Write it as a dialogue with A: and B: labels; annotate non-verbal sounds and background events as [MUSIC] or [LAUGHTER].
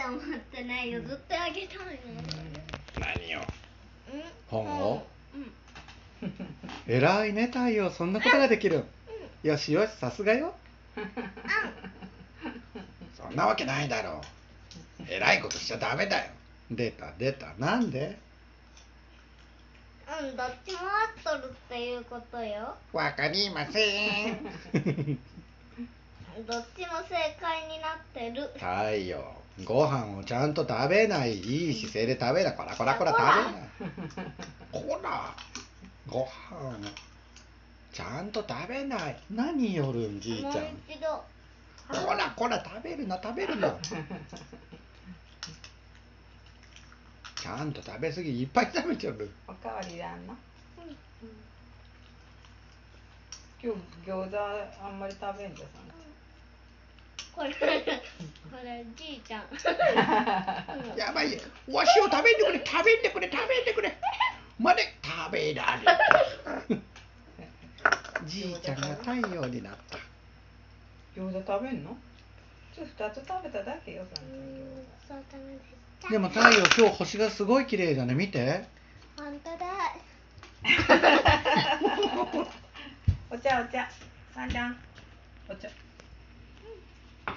A: ゃないよずっとあげたのよ、
B: 何よ
A: うん、
B: 本を
A: うんうん
B: 偉いね太陽そんなことができ [LAUGHS] るよしよしさすがよそんなわけないだろう偉いことしちゃダメだよ出た出たなんで
A: うん、どっちも合っとるっていうことよ
B: わかりません
A: どっちも正解になってる
B: [LAUGHS] 太陽ご飯をちゃんと食べないいい姿勢で食べなこらこらこら食べないこらご飯をちゃんと食べない何よるんじいち
A: もう
B: ゃん
A: 一度
B: こらこら食べるな食べるなちゃんと食べ過ぎいっぱい食べちゃう
C: おかわりいらんな。今日餃子あんまり食べんじゃさん。
A: これこれじいちゃ
B: [LAUGHS]
A: ん
B: やばいよわしを食べんでくれ食べんでくれ食べんでくれまで食べられたじいちゃんが太陽になった
C: 餃子食べんの？ちょっと二つ食べただけよさんちゃ
A: そうダ
C: ん餃子。
A: メです
B: でも太陽今日星がすごい綺麗だね見て
A: 本当だ
C: [LAUGHS] お茶お茶。さんちゃん。お茶。